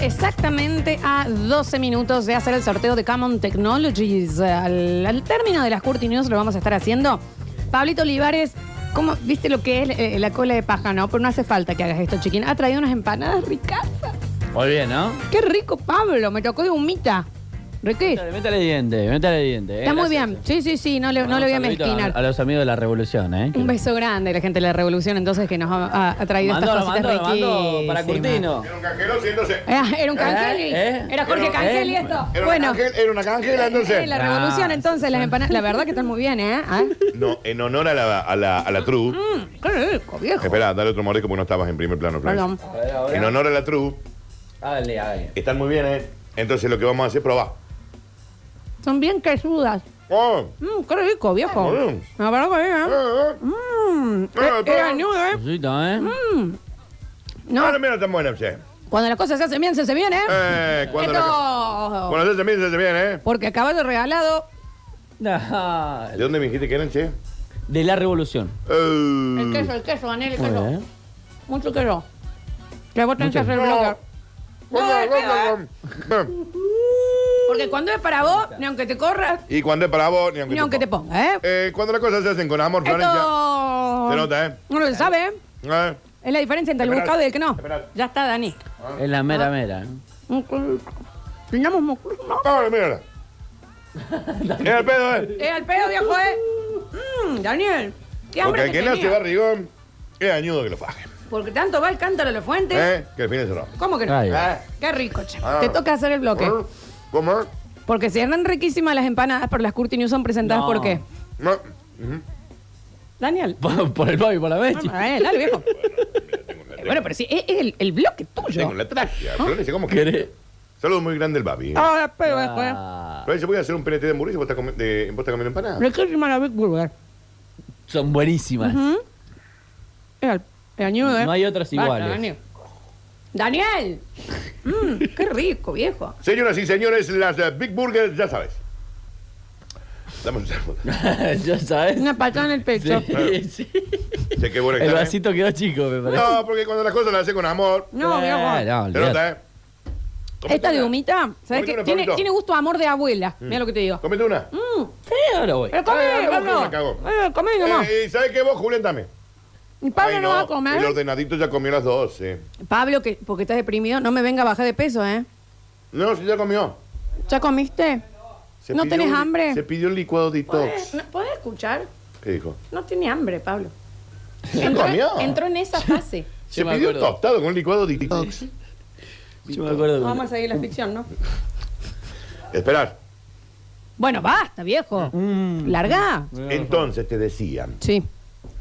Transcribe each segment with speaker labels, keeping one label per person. Speaker 1: exactamente a 12 minutos de hacer el sorteo de Common Technologies. Al, al término de las Curti News lo vamos a estar haciendo. Pablito Olivares, ¿cómo viste lo que es eh, la cola de paja, no? Pero no hace falta que hagas esto, chiquín. Ha traído unas empanadas ricas.
Speaker 2: Muy bien, ¿no?
Speaker 1: Qué rico, Pablo. Me tocó de humita. Riquí.
Speaker 2: Métale, métale diente, métale diente. eh.
Speaker 1: Está muy
Speaker 2: Gracias.
Speaker 1: bien. Sí, sí, sí. No le, no
Speaker 2: Un
Speaker 1: le voy a
Speaker 2: saludito
Speaker 1: mezquinar.
Speaker 2: A, a los amigos de la revolución, ¿eh?
Speaker 1: Un beso grande a la gente de la Revolución, entonces, que nos ha, ha- ha traído
Speaker 2: Mando, lo
Speaker 1: estas cositas
Speaker 2: mando, lo mando para
Speaker 1: riquísimas.
Speaker 2: Curtino.
Speaker 3: Era un canjero, sí, entonces.
Speaker 1: Ah, Era un Cangeli.
Speaker 2: ¿Eh?
Speaker 1: Era Jorge
Speaker 2: ¿Eh?
Speaker 1: Cangeli esto.
Speaker 3: Era,
Speaker 1: bueno.
Speaker 3: una canje- era una canjera,
Speaker 1: Eh,
Speaker 3: entonces.
Speaker 1: la revolución,
Speaker 2: Ah,
Speaker 1: entonces, las empanadas. La verdad que están muy bien, ¿eh? ¿Ah?
Speaker 3: No, en honor a la, a la, a la tru.
Speaker 1: Qué rico, viejo.
Speaker 3: Espera, dale otro mordisco porque no estabas en primer plano, Florencia.
Speaker 1: Perdón.
Speaker 2: A ver, ahora.
Speaker 3: En honor a la tru,
Speaker 2: Hágale, hágale.
Speaker 3: están muy bien, ¿eh? Entonces lo que vamos a hacer es probar.
Speaker 1: Son bien quesudas.
Speaker 3: Oh,
Speaker 1: Mmm, qué rico, viejo.
Speaker 3: Está Ah, bien.
Speaker 1: La verdad que bien,
Speaker 3: eh,
Speaker 1: ¿eh?
Speaker 3: eh.
Speaker 1: Mmm.
Speaker 3: Ah,
Speaker 1: eh,
Speaker 3: está.
Speaker 1: Era nudo, ¿eh?
Speaker 2: Cosito, ¿eh?
Speaker 1: No,
Speaker 3: Ah, no, mira, tan buena, che.
Speaker 1: cuando las cosas se hacen bien, se hacen bien, ¿eh?
Speaker 3: Eh, cuando la-
Speaker 1: Esto.
Speaker 3: cuando se hace bien, se hace bien, ¿eh?
Speaker 1: Porque a caballo regalado,
Speaker 2: No,
Speaker 3: ¿De dónde me dijiste que eran, che?
Speaker 2: De la revolución.
Speaker 3: Eh,
Speaker 1: el queso, el queso, Anel, el
Speaker 2: Muy
Speaker 1: queso.
Speaker 2: bien.
Speaker 1: Mucho queso. Que vos tenés que hacer
Speaker 3: No.
Speaker 1: blogger.
Speaker 3: guam,
Speaker 1: No,
Speaker 3: guam,
Speaker 1: el
Speaker 3: guam, guam.
Speaker 1: Porque cuando es para vos, ni aunque te corras,
Speaker 3: Y cuando es para vos, ni aunque,
Speaker 1: ni aunque te pongas, ¿eh?
Speaker 3: Eh, cuando las cosas se hacen con amor, Florencia.
Speaker 1: Esto.
Speaker 3: Se nota, ¿eh?
Speaker 1: Uno lo sabe, ¿eh?
Speaker 3: Eh,
Speaker 1: Es la diferencia entre el
Speaker 3: Esperá,
Speaker 1: buscado y el que no.
Speaker 3: esperá.
Speaker 1: Ya está, Dani.
Speaker 2: Es la
Speaker 1: Ah.
Speaker 2: mera mera. eh.
Speaker 1: Tengamos mocus, ¿no?
Speaker 3: Ah, mírala. Era el pedo, ¿eh?
Speaker 1: Eh, al pedo, viejo, eh. Mm, Daniel. Qué hambre
Speaker 3: Porque el
Speaker 1: que
Speaker 3: que no
Speaker 1: tenía.
Speaker 3: se va rigón, es añudo que lo faje.
Speaker 1: Porque tanto va el cántaro a la fuente.
Speaker 3: ¿Eh? Que el fin se rompe.
Speaker 1: ¿Cómo que no?
Speaker 2: Ay.
Speaker 3: ¿Eh?
Speaker 1: Qué rico, che.
Speaker 3: Ah.
Speaker 1: Te toca hacer el bloque.
Speaker 3: ¿Eh? ¿Cómo? ¿Eh?
Speaker 1: Porque si eran riquísimas las empanadas, pero las Curti News son presentadas
Speaker 2: No.
Speaker 1: por qué.
Speaker 3: No. Ujú.
Speaker 1: Daniel.
Speaker 2: Por, por el Bobby, por la Mechi.
Speaker 1: Vamos, eh, dale, viejo. Eh, bueno, pero sí, es, es el, el bloque tuyo.
Speaker 3: Tengo la tráquea. Florencia, ¿cómo que?
Speaker 2: ¿Querés?
Speaker 3: Saludos muy grande el babi.
Speaker 1: Ah, el pedo, viejo, eh.
Speaker 2: Ah,
Speaker 3: Florencia, voy a hacer un PNT de hamburguesa y vos estás comi- de- vos estás comiendo empanada.
Speaker 1: Riquísima la Big Burger.
Speaker 2: son buenísimas.
Speaker 1: Era el- era ñudo, ¿eh?
Speaker 2: No hay otras
Speaker 1: Basta,
Speaker 2: iguales.
Speaker 1: Daniel. Daniel. Mm, qué rico, viejo.
Speaker 3: Señoras y señores, las eh, Big Burgers, ya sabes. Dame un saludo.
Speaker 2: ya sabes.
Speaker 1: Una patada en el pecho.
Speaker 2: Sí, sí.
Speaker 3: Sé que bueno que
Speaker 2: El
Speaker 3: está, ¿eh?
Speaker 2: vasito quedó chico, me parece.
Speaker 3: No, porque cuando las cosas las hace con amor.
Speaker 1: No,
Speaker 2: Eh,
Speaker 1: viejo.
Speaker 2: no,
Speaker 3: Se
Speaker 2: olvidate.
Speaker 3: nota, ¿eh?
Speaker 1: Ah, Esta de
Speaker 3: una.
Speaker 1: humita, ¿sabes
Speaker 3: Comete
Speaker 1: qué?
Speaker 3: una,
Speaker 1: Tiene,
Speaker 3: Pablito.
Speaker 1: tiene gusto a amor de abuela. Mira lo que te digo.
Speaker 3: Comete una.
Speaker 1: Mm,
Speaker 2: Sí, ahora voy.
Speaker 1: pero comé,
Speaker 3: Ah, no,
Speaker 1: Pablo.
Speaker 3: me cago.
Speaker 1: Eh, comé nomás.
Speaker 3: Eh, ¿Y sabes qué vos, Julián, también?
Speaker 1: Y Pablo
Speaker 3: Ay,
Speaker 1: no va a
Speaker 3: El
Speaker 1: comer.
Speaker 3: ordenadito ya comió a las 12.
Speaker 1: Pablo, que, porque estás deprimido, no me venga a bajar de peso, ¿eh?
Speaker 3: No, sí, ya comió.
Speaker 1: ¿Ya comiste?
Speaker 3: Se
Speaker 1: ¿No
Speaker 3: pidió
Speaker 1: tenés
Speaker 3: un-
Speaker 1: hambre?
Speaker 3: Se pidió un licuado
Speaker 1: ¿Puedes
Speaker 3: detox.
Speaker 1: no- puedes escuchar?
Speaker 3: ¿Qué dijo?
Speaker 1: No tiene hambre, Pablo.
Speaker 3: ¿Se
Speaker 1: Entró,
Speaker 3: comió?
Speaker 1: entró en esa fase.
Speaker 3: se
Speaker 2: Yo me
Speaker 3: pidió un
Speaker 2: acuerdo.
Speaker 3: tostado con un licuado detox.
Speaker 2: Yo me acuerdo de
Speaker 1: Vamos a
Speaker 2: una.
Speaker 1: seguir la ficción, ¿no?
Speaker 3: Esperar.
Speaker 1: Bueno, basta, viejo.
Speaker 3: Mm.
Speaker 1: Larga.
Speaker 3: Entonces te decían
Speaker 1: Sí.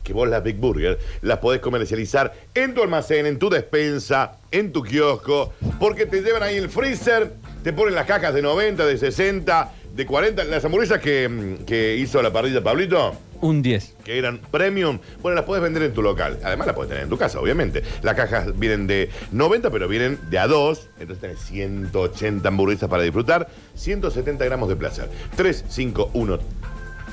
Speaker 3: que vos las Big Burger las podés comercializar en tu almacén, en tu despensa, en tu kiosco, porque te llevan ahí el freezer, te ponen las cajas de 90, de 60, de 40. Las hamburguesas que, mm, que hizo la parrilla Pablito,
Speaker 2: Un 10.
Speaker 3: que eran premium, bueno, las puedes vender en tu local. Además, las puedes tener en tu casa, obviamente. Las cajas vienen de 90, pero vienen de a 2. Entonces tenés 180 hamburguesas para disfrutar, 170 gramos de placer. 351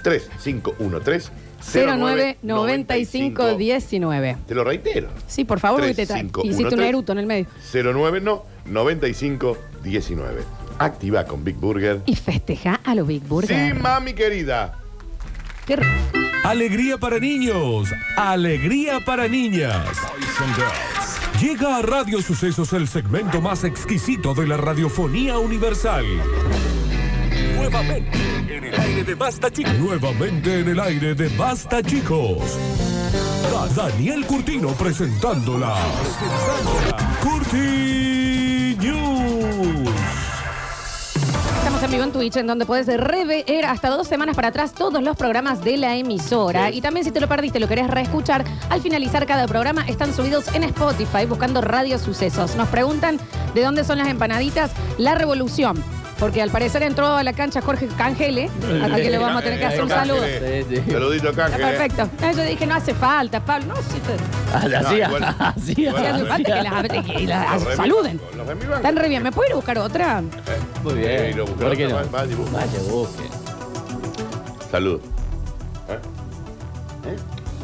Speaker 3: 3513
Speaker 1: 099519.
Speaker 3: Te lo reitero.
Speaker 1: Sí, por favor,
Speaker 3: Tres,
Speaker 1: porque te tra-
Speaker 3: cinco,
Speaker 1: hiciste
Speaker 3: uno,
Speaker 1: un
Speaker 3: tres.
Speaker 1: eruto en el medio.
Speaker 3: 09 no 95 19. Activa con Big Burger.
Speaker 1: Y festeja a los Big Burger.
Speaker 3: Sí, mami querida.
Speaker 1: Qué rico.
Speaker 4: Alegría para niños, alegría para niñas. Llega a Radio Sucesos el segmento más exquisito de la radiofonía universal. Nuevamente en el aire de Basta Chicos. Nuevamente en el aire de Basta Chicos. Da- Daniel Curtino presentándola. Curti News.
Speaker 1: Estamos en vivo en Twitch, en donde puedes rever hasta dos semanas para atrás todos los programas de la emisora. Y también si te lo perdiste, lo querés reescuchar, al finalizar cada programa están subidos en Spotify buscando Radio Sucesos. Nos preguntan de dónde son las empanaditas La Revolución. Porque al parecer entró a la cancha Jorge Cangele, a que le vamos a
Speaker 3: eh,
Speaker 1: tener que hacer un saludo. Está
Speaker 3: Cángel.
Speaker 2: Sí, sí.
Speaker 3: Saludito, Cángel.
Speaker 1: perfecto. Ah, Yo dije, no hace falta, Pablo. No, sí, te-
Speaker 2: Así,
Speaker 3: No, igual.
Speaker 2: así,
Speaker 1: sí hace
Speaker 3: Bueno,
Speaker 2: así.
Speaker 1: falta que las, que las
Speaker 3: Los de mi
Speaker 1: saluden.
Speaker 3: banco, los de mi banco.
Speaker 1: Están re bien. ¿Me puedo ir a buscar otra?
Speaker 2: Muy
Speaker 3: Eh, y
Speaker 2: bien.
Speaker 3: lo buscaron,
Speaker 2: ¿Por qué no?
Speaker 3: va- va, dibujo.
Speaker 2: Vaya, busque.
Speaker 3: Salud. ¿Eh? ¿Eh?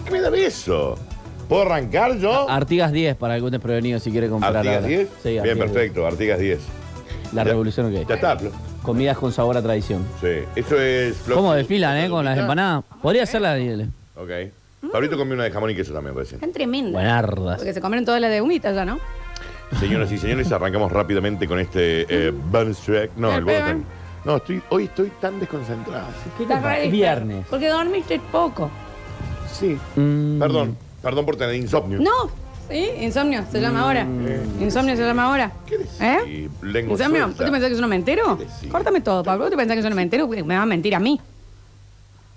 Speaker 3: ¿Qué me da beso? ¿Puedo arrancar yo?
Speaker 2: Artigas 10 para algún desprevenido si quiere comprar.
Speaker 3: ¿Artigas
Speaker 2: ahora.
Speaker 3: 10?
Speaker 2: Sí,
Speaker 3: Bien,
Speaker 2: Artigas 10.
Speaker 3: perfecto, Artigas 10.
Speaker 2: La
Speaker 3: Ya-
Speaker 2: revolución que
Speaker 3: Ya está. pl-
Speaker 2: Comidas con sabor a tradición.
Speaker 3: Sí, eso es... flor-
Speaker 2: ¿Cómo desfilan, eh? Con las
Speaker 3: Ah,
Speaker 2: empanadas. Podría ser la de eh.
Speaker 3: Ok. Pablito comió una de jamón y queso también, parece.
Speaker 1: Están tremendas.
Speaker 2: Buenardas.
Speaker 1: Porque se comieron toda la de humita ya, ¿no?
Speaker 3: Señoras y señores, arrancamos rápidamente con este eh,
Speaker 1: Mm.
Speaker 3: bonus track. No,
Speaker 1: El
Speaker 3: el bonus
Speaker 1: peor.
Speaker 3: track. No, estoy, hoy estoy tan desconcentrado.
Speaker 2: ¿Qué te
Speaker 1: Estás
Speaker 2: pasa?
Speaker 1: re
Speaker 2: Viernes.
Speaker 1: Porque dormiste poco.
Speaker 3: Sí.
Speaker 2: Mm.
Speaker 3: Perdón, perdón por tener insomnio.
Speaker 1: No. ¿Sí? Insomnio se llama ahora. Insomnio se llama ahora.
Speaker 3: Mm. ¿Qué decís?
Speaker 1: ¿Eh?
Speaker 3: Lengua
Speaker 1: Insomnio. ¿Vos
Speaker 3: suelta.
Speaker 1: te pensás que yo no me entero?
Speaker 3: ¿Qué decís?
Speaker 1: Córtame todo, Pablo. ¿Vos te pensás que yo no me entero? Me va a mentir a mí.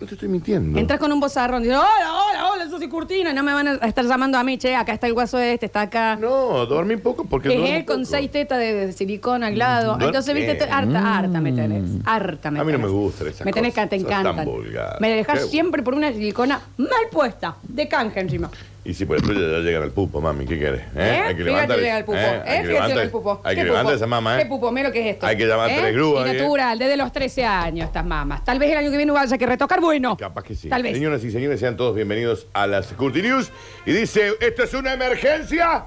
Speaker 3: No te estoy mintiendo.
Speaker 1: Entras con un bozarrón y dices, hola, hola, hola, Susi Curtina. No me van a estar llamando a mí, che, acá está el guaso este, está acá.
Speaker 3: No, dormí poco porque.
Speaker 1: es
Speaker 3: duermo
Speaker 1: él
Speaker 3: poco.
Speaker 1: con seis tetas de, de silicona al lado.
Speaker 3: Mm.
Speaker 1: Entonces, viste,
Speaker 3: Duerme.
Speaker 1: te- harta, harta me tenés. Harta me
Speaker 3: mm. A mí no
Speaker 1: tenés.
Speaker 3: me gustan esas
Speaker 1: Me tenés que
Speaker 3: cosas,
Speaker 1: te
Speaker 3: sos tan
Speaker 1: encantan.
Speaker 3: vulgar.
Speaker 1: Me
Speaker 3: Qué
Speaker 1: dejás
Speaker 3: bu-
Speaker 1: siempre por una silicona mal puesta, de canje encima.
Speaker 3: Y si por el tuyo ya llegan al pupo, mami, ¿qué querés? ¿Eh?
Speaker 1: ¿Eh?
Speaker 3: Hay
Speaker 1: Fíjate
Speaker 3: que levantar.
Speaker 1: llega el pupo.
Speaker 3: ¿eh?
Speaker 1: ¿Eh?
Speaker 3: Hay que
Speaker 1: Fíjate
Speaker 3: levantar
Speaker 1: llega el pupo.
Speaker 3: Hay
Speaker 1: ¿Qué
Speaker 3: que levantar
Speaker 1: pupo?
Speaker 3: esa mamá, ¿eh?
Speaker 1: Qué pupo, mira lo que es esto.
Speaker 3: Hay que llamar tres grúas,
Speaker 1: Y
Speaker 3: ¿eh?
Speaker 1: natural, desde los 13 años estas mamas. Tal vez el año que viene vaya que retocar, bueno.
Speaker 3: Capaz que sí.
Speaker 1: Tal vez.
Speaker 3: Señoras y señores, sean todos bienvenidos a las Curti News. Y dice, ¿esto es una emergencia?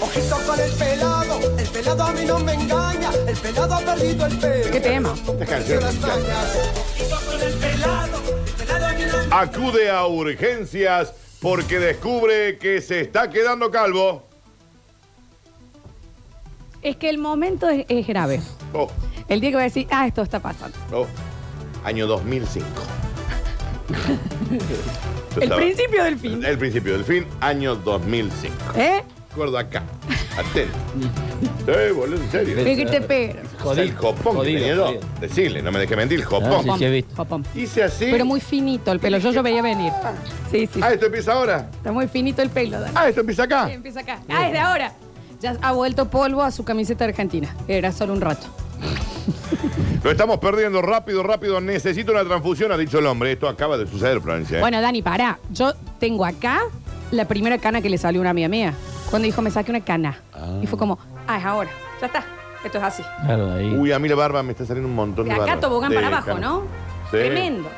Speaker 5: Ojito con el pelado, el pelado a mí no me engaña, el pelado ha perdido el pelo.
Speaker 1: ¿Qué tema?
Speaker 3: Estas
Speaker 5: Perdió
Speaker 3: canciones.
Speaker 5: las mañas. Ojito con el pelado, el pelado a mí no me
Speaker 3: Acude a urgencias porque descubre que se está quedando calvo.
Speaker 1: Es que el momento es, es grave.
Speaker 3: Oh,
Speaker 1: El día que va a decir, ah, esto está pasando.
Speaker 3: oh. Año 2005. Yo
Speaker 1: El
Speaker 3: estaba-
Speaker 1: principio del fin.
Speaker 3: El principio del fin, año 2005.
Speaker 1: ¿Eh?
Speaker 3: Recuerdo acá. Atento. Sí, boludo, en serio.
Speaker 1: Mira que te pega.
Speaker 3: O sea, el copón que
Speaker 2: Jodido,
Speaker 3: tenía yo.
Speaker 2: jodido.
Speaker 3: Decirle, no me dejes mentir, el
Speaker 2: Ah,
Speaker 3: copón.
Speaker 2: sí, sí, he visto.
Speaker 1: Popom.
Speaker 3: Hice así.
Speaker 1: Pero muy finito el pelo, yo lo veía venir. Sí, sí.
Speaker 3: Ah, esto empieza ahora.
Speaker 1: Está muy finito el pelo, Dani.
Speaker 3: Ah, esto empieza acá.
Speaker 1: Sí, empieza acá. Ah, es de ahora. Ya ha vuelto polvo a su camiseta argentina. Era solo un rato.
Speaker 3: Lo estamos perdiendo rápido, rápido. Necesito una transfusión, ha dicho el hombre. Esto acaba de suceder, Florencia. ¿eh?
Speaker 1: Bueno, Dani, pará. Yo tengo acá la primera cana que le salió a una amiga mía. Cuando dijo, me saqué una cana. Y fue como, ah, es ahora. Ya está. Esto es así.
Speaker 2: Claro, ahí.
Speaker 3: Uy, a mí la barba me está saliendo un montón
Speaker 1: De
Speaker 3: de barba.
Speaker 1: acá tobogán
Speaker 3: De
Speaker 1: para abajo,
Speaker 3: cana.
Speaker 1: ¿no?
Speaker 3: Sí.
Speaker 1: Tremendo.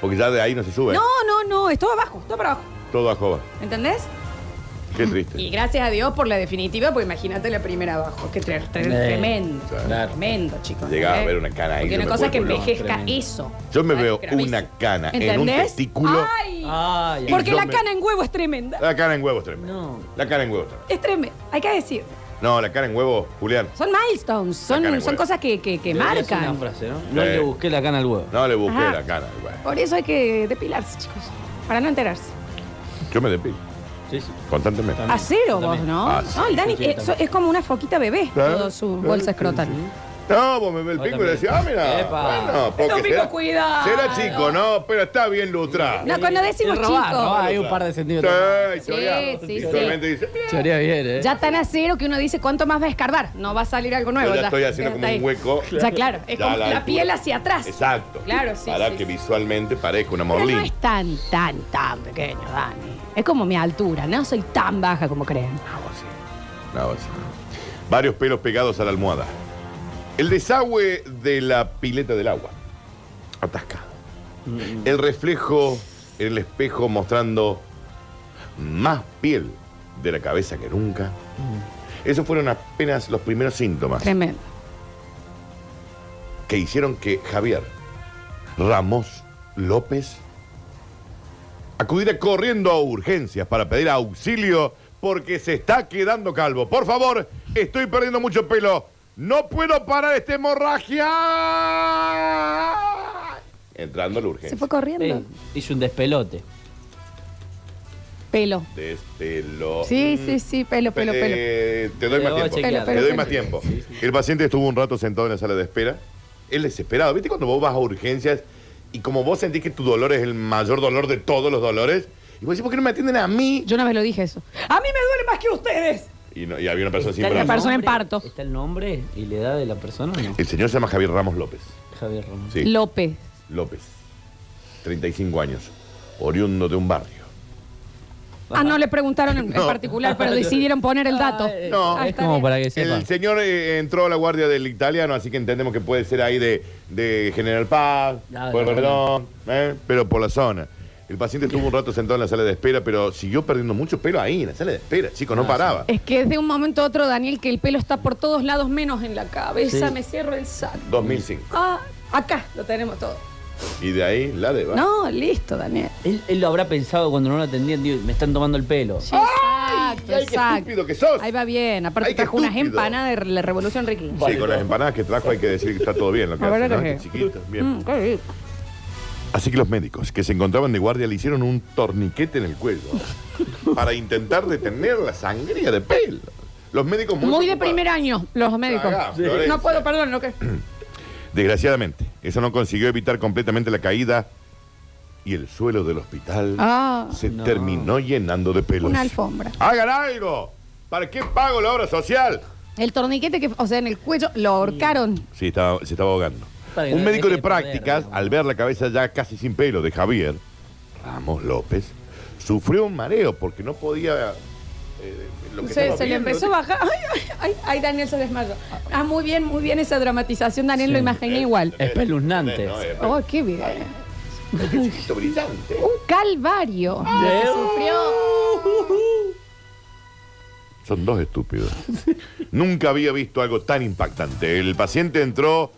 Speaker 3: Porque ya de ahí no se sube.
Speaker 1: No, no, no. Es todo abajo, todo para abajo.
Speaker 3: Todo a jova.
Speaker 1: ¿Entendés?
Speaker 3: Qué triste.
Speaker 1: Y gracias a Dios por la definitiva, pues imagínate la primera abajo. Que tre- tre-
Speaker 2: Eh,
Speaker 1: tremendo.
Speaker 2: claro.
Speaker 1: Tremendo, chicos.
Speaker 3: Llegaba a
Speaker 1: ¿eh?
Speaker 3: ver una cana ahí,
Speaker 1: Porque
Speaker 3: yo
Speaker 1: una
Speaker 3: me
Speaker 1: cosa es que
Speaker 3: vuelvo loco.
Speaker 1: envejezca
Speaker 2: Tremendo.
Speaker 1: eso.
Speaker 3: Yo me
Speaker 1: ¿sabes?
Speaker 3: veo
Speaker 1: Gravísimo.
Speaker 3: una cana en un
Speaker 1: ¿Entendés?
Speaker 3: testículo.
Speaker 1: ¡Ay!
Speaker 2: Ay, ay.
Speaker 1: Porque
Speaker 3: yo
Speaker 1: la
Speaker 3: me- Ah.
Speaker 1: cana en huevo es tremenda.
Speaker 3: La cara en huevo es tremenda.
Speaker 2: No.
Speaker 3: La cara en huevo es tremenda.
Speaker 1: Es tremenda. Hay que decir.
Speaker 3: No, la cara en huevo, Julián.
Speaker 1: Son milestones,
Speaker 3: La cana
Speaker 1: son,
Speaker 3: en
Speaker 1: son
Speaker 3: huevo.
Speaker 1: cosas que, que, que
Speaker 2: Debería ser
Speaker 1: marcan.
Speaker 2: Una frase, ¿no? No
Speaker 3: Sí.
Speaker 2: le busqué la cana al huevo.
Speaker 3: No le busqué
Speaker 1: Ajá.
Speaker 3: la cara. güey.
Speaker 1: Por eso hay que depilarse, chicos. Para no enterarse.
Speaker 3: Yo me depilo
Speaker 2: Sí, sí.
Speaker 3: constantemente.
Speaker 1: A cero vos,
Speaker 2: También.
Speaker 1: ¿no?
Speaker 3: Ah, sí.
Speaker 1: no, el Dani
Speaker 2: Sí, sí,
Speaker 1: es,
Speaker 2: también.
Speaker 1: es como una foquita bebé,
Speaker 3: Claro,
Speaker 1: todo su
Speaker 3: claro,
Speaker 1: bolsa
Speaker 3: sí,
Speaker 1: escrotal.
Speaker 3: No, vos me ve el
Speaker 2: Yo
Speaker 3: pico y
Speaker 2: también.
Speaker 3: decís, ah, mira.
Speaker 2: Epa.
Speaker 3: Bueno, porque
Speaker 1: Los picos,
Speaker 3: será,
Speaker 1: cuidado.
Speaker 3: será chico, ¿no? Pero está bien lustrado.
Speaker 1: No, cuando decimos
Speaker 2: Es robar,
Speaker 1: chico.
Speaker 2: robar, hay un par de centímetros.
Speaker 3: Sí,
Speaker 1: Sí,
Speaker 3: choreado.
Speaker 1: sí,
Speaker 3: y
Speaker 1: sí.
Speaker 3: solamente dice, "Mira".
Speaker 2: Chorea bien, ¿eh?
Speaker 1: Ya tan a cero que uno dice, ¿cuánto más va a escarbar? No va a salir algo nuevo.
Speaker 3: Yo ya
Speaker 1: ya
Speaker 3: estoy haciendo
Speaker 1: Ya
Speaker 3: como
Speaker 1: está
Speaker 3: un
Speaker 1: ahí.
Speaker 3: hueco.
Speaker 1: Ya, claro. Es
Speaker 3: Ya
Speaker 1: como
Speaker 3: a la
Speaker 1: la,
Speaker 3: altura.
Speaker 1: piel hacia atrás.
Speaker 3: Exacto.
Speaker 1: Claro, sí,
Speaker 3: Para
Speaker 1: sí,
Speaker 3: que
Speaker 1: sí.
Speaker 3: visualmente parezca una
Speaker 1: Pero
Speaker 3: morlina.
Speaker 1: no es tan, tan, tan pequeño, Dani. Es como mi altura, no soy tan baja como creen.
Speaker 3: No, Ah, vos sí. No, vos sí. Varios pelos pegados a la almohada. El desagüe de la pileta del agua. Atascado. El reflejo en el espejo mostrando más piel de la cabeza que nunca. Esos fueron apenas los primeros síntomas
Speaker 1: Tremendo.
Speaker 3: que hicieron que Javier Ramos López acudiera corriendo a urgencias para pedir auxilio porque se está quedando calvo. Por favor, estoy perdiendo mucho pelo. No puedo parar esta hemorragia. Entrando a la
Speaker 1: Se
Speaker 3: urgencia.
Speaker 1: fue corriendo.
Speaker 2: Sí, hizo un despelote.
Speaker 1: Pelo.
Speaker 3: Desde este, lo- mm,
Speaker 1: Sí, sí, sí, pelo, pelo, pelo.
Speaker 3: Eh, te doy
Speaker 2: Te
Speaker 3: más
Speaker 2: voy a
Speaker 3: tiempo.
Speaker 2: chequear.
Speaker 3: te doy más tiempo. El paciente estuvo un rato sentado en la sala de espera. Él desesperado. ¿Viste cuando vos vas a urgencias y como vos sentís que tu dolor es el mayor dolor de todos los dolores? Y vos decís, ¿por qué no me atienden a mí?
Speaker 1: Yo una vez lo dije eso. ¡A mí me duele más que a ustedes!
Speaker 3: Y, no- y había una persona sin
Speaker 1: Está la
Speaker 3: brazos.
Speaker 1: persona en
Speaker 2: nombre?
Speaker 1: parto.
Speaker 2: ¿Está el nombre y la edad de la persona o no?
Speaker 3: El señor se llama Javier Ramos López.
Speaker 2: Javier Román.
Speaker 3: Sí.
Speaker 1: López.
Speaker 3: López. 35 años. Oriundo de un barrio.
Speaker 1: Ah, no le preguntaron en, en particular, pero decidieron poner el dato.
Speaker 3: No.
Speaker 1: Ah,
Speaker 2: Es
Speaker 1: está
Speaker 2: como
Speaker 1: bien.
Speaker 2: para que sepa.
Speaker 3: El señor eh, entró a la guardia del italiano, así que entendemos que puede ser ahí de, de General Paz,
Speaker 2: Ah,
Speaker 3: Pueblo
Speaker 2: de la
Speaker 3: Redón, ¿eh? pero por la zona. El paciente estuvo un rato sentado en la sala de espera, pero siguió perdiendo mucho pelo ahí, en la sala de espera. Chicos, no
Speaker 2: Ah,
Speaker 3: paraba.
Speaker 1: Es que es de un momento a otro, Daniel, que el pelo está por todos lados menos en la cabeza.
Speaker 2: Sí.
Speaker 1: Me cierro el saco.
Speaker 3: 2005.
Speaker 1: Ah, acá lo tenemos todo.
Speaker 3: Y de ahí, la de baja.
Speaker 1: No, listo, Daniel.
Speaker 2: Él, él lo habrá pensado cuando no lo atendían, digo, me están tomando el pelo.
Speaker 1: Sí, Exacto,
Speaker 3: ¡Ay, qué estúpido que sos!
Speaker 1: Ahí va bien. Aparte
Speaker 3: ¡Ay, qué
Speaker 1: trajo unas
Speaker 3: estúpido!
Speaker 1: empanadas de la Revolución Ricky.
Speaker 3: Sí, con las empanadas que trajo hay que decir que está todo bien lo que
Speaker 1: A ver,
Speaker 3: hace, ¿no?
Speaker 1: Jorge.
Speaker 3: Qué chiquito, bien.
Speaker 1: Mm, qué rico.
Speaker 3: Así que los médicos que se encontraban de guardia le hicieron un torniquete en el cuello para intentar detener la sangría de pelo. Los médicos muy,
Speaker 1: Muy de
Speaker 3: preocupados.
Speaker 1: primer año, los médicos.
Speaker 3: Cagá, Florencia.
Speaker 1: No puedo, perdón, lo que.
Speaker 3: Desgraciadamente, eso no consiguió evitar completamente la caída y el suelo del hospital
Speaker 1: Ah.
Speaker 3: se
Speaker 2: No.
Speaker 3: terminó llenando de pelos.
Speaker 1: Una alfombra.
Speaker 3: ¡Hagan algo! ¿Para qué pago la obra social?
Speaker 1: El torniquete que, o sea, en el cuello lo ahorcaron.
Speaker 3: Sí, estaba- se estaba ahogando.
Speaker 2: Para que
Speaker 3: Un
Speaker 2: no
Speaker 3: médico
Speaker 2: deje de
Speaker 3: de prácticas,
Speaker 2: perder, ¿no?
Speaker 3: al ver la cabeza ya casi sin pelo de Javier, Ramos López, sufrió un mareo porque no podía... eh, lo que
Speaker 1: Se,
Speaker 3: estaba
Speaker 1: se le
Speaker 3: viendo.
Speaker 1: empezó a bajar. Ay, ay, ay, ay, Daniel se desmayó. Ah, muy bien, muy bien esa dramatización, Daniel,
Speaker 2: Sí.
Speaker 1: lo imaginé igual.
Speaker 2: Espeluznante.
Speaker 3: No, eh,
Speaker 1: Oh, qué bien.
Speaker 3: qué chiquito brillante.
Speaker 1: Un calvario. Lo que sufrió.
Speaker 3: Son dos estúpidos. Nunca había visto algo tan impactante. El paciente entró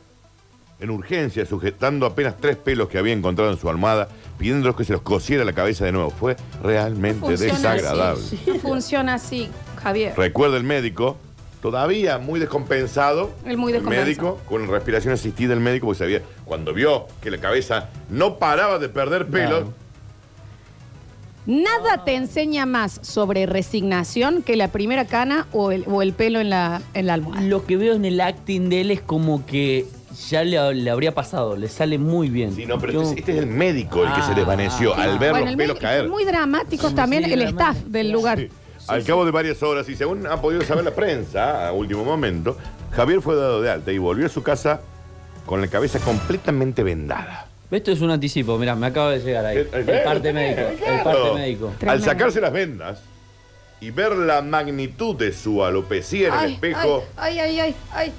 Speaker 3: en urgencia, sujetando apenas tres pelos que había encontrado en su almohada, pidiendo que se los cosiera la cabeza de nuevo. Fue realmente
Speaker 1: Funciona
Speaker 3: desagradable.
Speaker 1: así. No funciona así, Javier.
Speaker 3: Recuerda el médico, todavía muy descompensado.
Speaker 1: El muy descompensado.
Speaker 3: médico, con respiración asistida, el médico, porque sabía, cuando vio que la cabeza no paraba de perder pelos,
Speaker 2: Claro.
Speaker 1: Nada te enseña más sobre resignación que la primera cana o el, o el pelo en la, en la almohada.
Speaker 2: Lo que veo en el acting de él es como que ya le, le habría pasado, le sale muy bien.
Speaker 3: Sí, no, pero
Speaker 2: Yo-
Speaker 3: este, es- este es el médico el que se
Speaker 2: Ah,
Speaker 3: desvaneció al ver
Speaker 1: Bueno,
Speaker 3: los
Speaker 1: el
Speaker 3: pelos
Speaker 1: médico-
Speaker 3: caer.
Speaker 1: Muy dramáticos
Speaker 2: Sí,
Speaker 1: también
Speaker 2: sí,
Speaker 1: el
Speaker 2: dramático.
Speaker 1: staff del lugar.
Speaker 3: Sí. Al cabo de varias horas y según ha podido saber la prensa a último momento, Javier fue dado de alta y volvió a su casa con la cabeza completamente vendada.
Speaker 2: Esto es un anticipo, mirá, me acaba de llegar ahí.
Speaker 3: Eh, eh,
Speaker 2: El parte
Speaker 3: eh,
Speaker 2: médico, el
Speaker 3: claro.
Speaker 2: parte médico.
Speaker 1: Tremendo.
Speaker 3: Al sacarse las vendas y ver la magnitud de su alopecia en el
Speaker 1: Ay,
Speaker 3: espejo,
Speaker 1: ay, ay, ay, ay.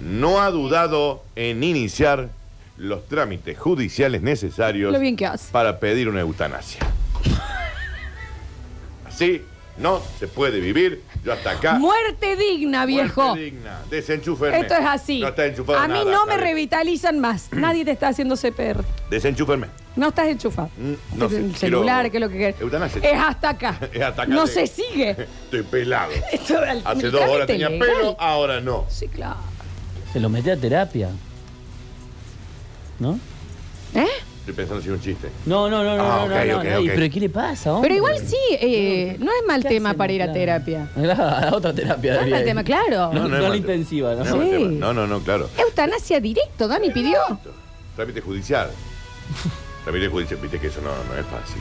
Speaker 3: no ha dudado en iniciar los trámites judiciales necesarios
Speaker 1: Lo bien que hace.
Speaker 3: para pedir una eutanasia. Así no se puede vivir. Yo hasta acá.
Speaker 1: Muerte digna, viejo.
Speaker 3: Ah. Muerte digna. Desenchúfenme.
Speaker 1: Esto es así.
Speaker 3: No está enchufado
Speaker 1: a mí
Speaker 3: nada,
Speaker 1: no me
Speaker 3: Javier.
Speaker 1: revitalizan más. Nadie te está haciendo CPR.
Speaker 3: Desenchúfenme.
Speaker 1: No estás enchufado.
Speaker 3: Mm, no sé,
Speaker 1: el
Speaker 3: quiero-
Speaker 1: celular, que es lo que querés.
Speaker 3: Eutanasia.
Speaker 1: Es hasta acá.
Speaker 3: Es hasta acá
Speaker 1: No
Speaker 3: llegué.
Speaker 1: se sigue.
Speaker 3: Estoy pelado.
Speaker 1: Esto, el-
Speaker 3: Hace
Speaker 1: el
Speaker 3: dos horas
Speaker 1: trámite
Speaker 3: tenía
Speaker 1: legal.
Speaker 3: pelo, ahora no.
Speaker 1: Sí, claro.
Speaker 2: Se lo metí a terapia. ¿No?
Speaker 1: ¿Eh?
Speaker 3: Estoy pensando si es un chiste.
Speaker 2: No, no, no, no,
Speaker 3: Ah,
Speaker 2: no,
Speaker 3: ok,
Speaker 2: no,
Speaker 3: ok,
Speaker 2: no.
Speaker 3: ok.
Speaker 2: Y, Pero ¿qué le pasa? hombre?
Speaker 1: Pero igual sí, eh, no es mal
Speaker 2: ¿Qué
Speaker 1: tema
Speaker 2: hacemos,
Speaker 1: para ir a
Speaker 2: claro?
Speaker 1: terapia.
Speaker 2: A la otra terapia.
Speaker 1: No es
Speaker 2: debería
Speaker 1: mal tema,
Speaker 2: ir.
Speaker 1: claro.
Speaker 2: No,
Speaker 3: No, no
Speaker 2: no,
Speaker 3: es
Speaker 2: la
Speaker 3: mal tema.
Speaker 2: intensiva, ¿no?
Speaker 3: No, no,
Speaker 1: Sí.
Speaker 3: tema. no, no, no, claro.
Speaker 1: Eutanasia directo, Dani pidió.
Speaker 3: Trámite judicial. Trámite judicial, viste que eso no, no es fácil.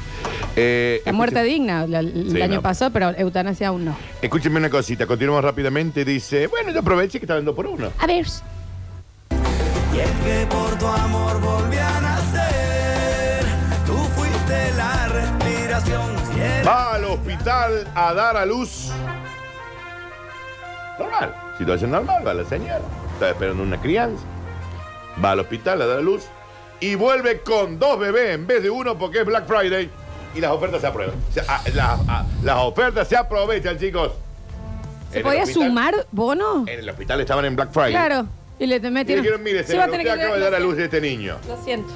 Speaker 3: Eh,
Speaker 1: La muerte
Speaker 3: escuchen-
Speaker 1: digna la- el
Speaker 3: Sí,
Speaker 1: año
Speaker 3: no.
Speaker 1: pasado, pero eutanasia aún no.
Speaker 3: Escúchenme una cosita, continuamos rápidamente. Dice, bueno, yo aproveché que está dando por uno.
Speaker 1: A ver.
Speaker 5: Y es que por tu amor volví a nacer. Tú fuiste la respiración. Y el
Speaker 3: Va al hospital a dar a luz. Normal. Situación normal, va la señora. Está esperando una crianza. Va al hospital a dar a luz. Y vuelve con dos bebés en vez de uno porque es Black Friday. Y las ofertas se aprueban. O sea, ah, la- ah, las ofertas se aprovechan, chicos. En
Speaker 1: ¿Se
Speaker 3: el
Speaker 1: podía
Speaker 3: hospital- Eh,
Speaker 1: sumar bono?
Speaker 3: En el hospital estaban en Black Friday.
Speaker 1: Claro. Y le
Speaker 3: Y le
Speaker 1: metieron.
Speaker 3: dijeron, mire,
Speaker 1: Se va
Speaker 3: señor,
Speaker 1: a tener
Speaker 3: usted
Speaker 1: que
Speaker 3: acaba de
Speaker 1: llevar-
Speaker 3: dar a luz de este niño.
Speaker 1: Lo siento.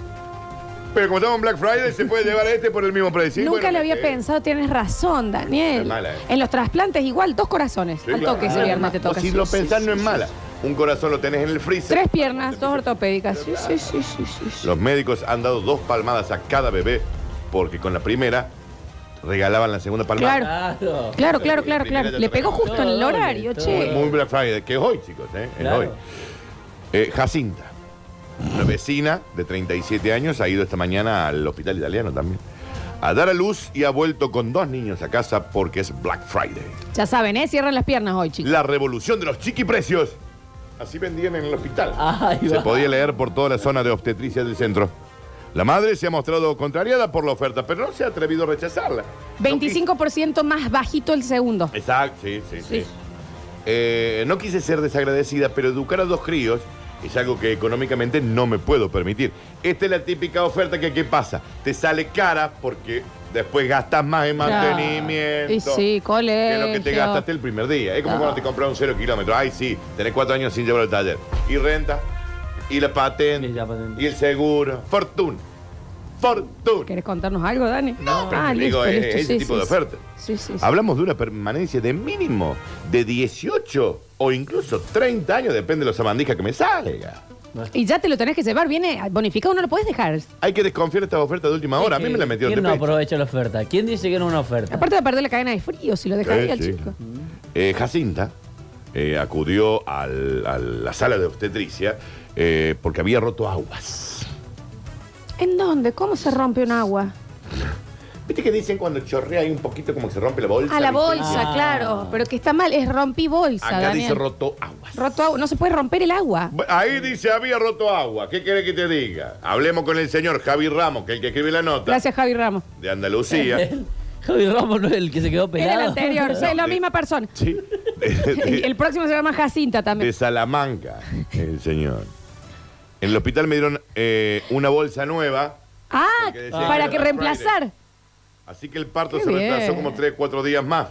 Speaker 3: Pero como estamos en Black Friday, se puede llevar a este por el mismo precio. Y
Speaker 1: Nunca
Speaker 3: bueno,
Speaker 1: lo había
Speaker 3: eh,
Speaker 1: pensado, tienes razón, Daniel.
Speaker 3: Es mala, ¿eh?
Speaker 1: En los trasplantes igual, dos corazones.
Speaker 3: Sí,
Speaker 1: al
Speaker 3: claro.
Speaker 1: toque
Speaker 3: Ah,
Speaker 1: ese viernes te
Speaker 3: vos
Speaker 1: toca.
Speaker 3: Si
Speaker 1: Sí,
Speaker 3: lo
Speaker 1: sí,
Speaker 3: pensás,
Speaker 1: sí,
Speaker 3: no es
Speaker 1: sí.
Speaker 3: mala. Un corazón lo tenés en el freezer.
Speaker 1: Tres piernas, dos ortopédicas. Sí, sí, sí, sí, sí, sí.
Speaker 3: Los médicos han dado dos palmadas a cada bebé porque con la primera regalaban la segunda palmada.
Speaker 1: Claro.
Speaker 2: Claro.
Speaker 1: Claro, claro, claro,
Speaker 3: Primera
Speaker 1: claro.
Speaker 3: ya
Speaker 1: Le
Speaker 3: te
Speaker 1: pegó
Speaker 3: regaló.
Speaker 1: justo en el
Speaker 2: Todo,
Speaker 1: horario,
Speaker 2: todo.
Speaker 1: che.
Speaker 3: Muy Black Friday, que es hoy, chicos, ¿eh? Es
Speaker 2: Claro.
Speaker 3: hoy. Eh, Jacinta, una vecina de 37 años, ha ido esta mañana al hospital italiano también a dar a luz y ha vuelto con dos niños a casa porque es Black Friday.
Speaker 1: Ya saben, ¿eh? Cierran las piernas hoy, chicos.
Speaker 3: La revolución de los chiquiprecios. Así vendían en el hospital.
Speaker 2: Ahí
Speaker 3: Se
Speaker 2: va.
Speaker 3: podía leer por toda la zona de obstetricia del centro. La madre se ha mostrado contrariada por la oferta, pero no se ha atrevido a rechazarla. No
Speaker 1: 25% más bajito el segundo.
Speaker 3: quise- Exacto, sí, sí, sí.
Speaker 1: Sí.
Speaker 3: Eh, no quise ser desagradecida, pero educar a dos críos Es algo que económicamente no me puedo permitir. Esta es la típica oferta que ¿qué pasa? Te sale cara porque después gastas más en
Speaker 1: Claro.
Speaker 3: mantenimiento.
Speaker 1: Y sí,
Speaker 3: Que lo que te
Speaker 1: colegio.
Speaker 3: gastaste el primer día. Es como
Speaker 1: No.
Speaker 3: cuando te compras un cero kilómetro. Ay, sí, tenés cuatro años sin llevarlo al taller. Y renta, y la patente,
Speaker 2: Y la patente.
Speaker 3: y el seguro. Fortuna. Fortuna.
Speaker 1: ¿Querés contarnos algo, Dani? Ah, No,
Speaker 3: pero te digo, es- es ese tipo de oferta.
Speaker 1: Sí, sí. sí.
Speaker 3: Hablamos de una permanencia de mínimo de 18 o incluso 30 años, depende de los amandijas que me salga.
Speaker 1: Y ya te lo tenés que llevar, viene bonificado, no lo puedes dejar.
Speaker 3: Hay que desconfiar de estas ofertas de última hora. A mí me la metió el
Speaker 2: ¿Quién no aprovecha la oferta? ¿Quién dice que no es una oferta?
Speaker 1: Aparte va a perder la cadena de frío si lo dejas ahí al chico.
Speaker 3: Eh, Jacinta eh, acudió al- a la sala de obstetricia eh, porque había roto aguas.
Speaker 1: ¿En dónde? ¿Cómo se rompe un agua?
Speaker 3: ¿Viste que dicen cuando chorrea ahí un poquito como que se rompe la bolsa?
Speaker 1: A la
Speaker 3: ¿viste? Ah,
Speaker 1: bolsa,
Speaker 2: Ah.
Speaker 1: claro. Pero que está mal, es rompí bolsa,
Speaker 3: Acá
Speaker 1: Daniel.
Speaker 3: dice roto aguas.
Speaker 1: Roto agua. No se puede romper el agua.
Speaker 3: Bu- Ahí dice había roto agua. ¿Qué quiere que te diga? Hablemos con el señor Javi Ramos, que es el que escribe la nota
Speaker 1: Gracias, Javi Ramos.
Speaker 3: de Andalucía.
Speaker 2: Javi Ramos no es el que se quedó pelado.
Speaker 1: Era el anterior, es la
Speaker 3: de-
Speaker 1: misma persona.
Speaker 3: Sí.
Speaker 1: El próximo se llama Jacinta
Speaker 3: de
Speaker 1: también.
Speaker 3: Salamanca, el señor. En el hospital me dieron eh, una bolsa nueva,
Speaker 1: Ah,
Speaker 3: Porque decía
Speaker 1: para
Speaker 3: que
Speaker 1: que
Speaker 3: era Black
Speaker 1: reemplazar.
Speaker 3: así que el parto
Speaker 1: Qué
Speaker 3: se retrasó
Speaker 1: bien.
Speaker 3: como 3, 4 días más.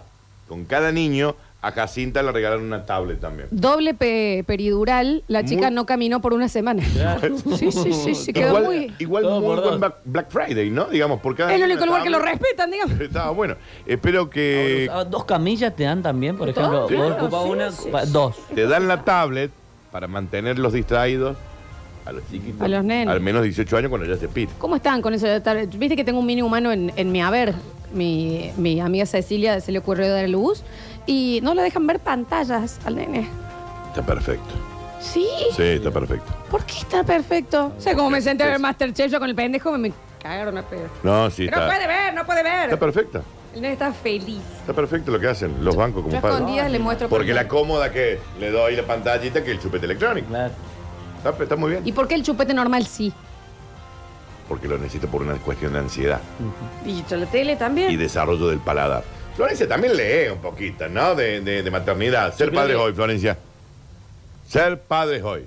Speaker 3: Con cada niño, a Jacinta le regalaron una tablet también.
Speaker 1: Doble pe- peridural, la
Speaker 3: Muy-
Speaker 1: chica no caminó por una semana.
Speaker 2: Claro.
Speaker 1: Sí, sí, sí, sí, quedó
Speaker 3: Igual,
Speaker 1: muy...
Speaker 3: igual
Speaker 2: Todo
Speaker 3: muy
Speaker 2: por
Speaker 3: buen
Speaker 2: dos.
Speaker 3: Black- Black Friday, ¿no? Digamos, por cada
Speaker 1: Es el
Speaker 3: niño
Speaker 1: único
Speaker 3: una
Speaker 1: lugar que lo
Speaker 3: tablet.
Speaker 1: respetan, digamos.
Speaker 3: Estaba bueno. Espero que
Speaker 2: Ah, ¿Dos camillas te dan también, por ejemplo?
Speaker 1: Todo,
Speaker 2: Vos
Speaker 1: claro,
Speaker 2: ocupás
Speaker 1: sí,
Speaker 2: una,
Speaker 1: sí,
Speaker 2: ocupa-
Speaker 1: sí.
Speaker 2: dos.
Speaker 3: te dan la tablet para mantenerlos distraídos a los chiquitos.
Speaker 1: A los nenes.
Speaker 3: Al menos 18 años cuando ya se pide.
Speaker 1: ¿Cómo están con eso? de tar- Viste que tengo un mini humano en, en mi haber. Mi, mi amiga Cecilia se le ocurrió dar luz y no le dejan ver pantallas al nene.
Speaker 3: Está perfecto.
Speaker 1: Sí.
Speaker 3: Sí, está perfecto.
Speaker 1: ¿Por qué está perfecto? O sea, como me senté a ver Masterchef yo con el pendejo, me cagaron a pedo.
Speaker 3: No, sí,
Speaker 1: No puede
Speaker 3: está,
Speaker 1: ver, no puede
Speaker 3: está
Speaker 1: ver.
Speaker 3: perfecta.
Speaker 1: El nene está feliz.
Speaker 3: Está perfecto lo que hacen los bancos
Speaker 1: Yo
Speaker 3: como padres.
Speaker 1: escondidas le muestro
Speaker 3: Porque la
Speaker 1: pantallas.
Speaker 3: cómoda que le doy la pantallita que el chupete electrónico.
Speaker 2: Claro.
Speaker 3: Está, está muy
Speaker 1: ¿Y
Speaker 3: bien.
Speaker 1: por qué el chupete normal sí?
Speaker 3: Porque lo necesito por una cuestión de ansiedad
Speaker 1: Y yo la tele
Speaker 3: y
Speaker 1: también.
Speaker 3: desarrollo del paladar. Florencia también lee un poquito, ¿no? De, de- de maternidad. Ser
Speaker 2: creo
Speaker 3: padres
Speaker 2: que-
Speaker 3: hoy, Florencia. Ser padres hoy.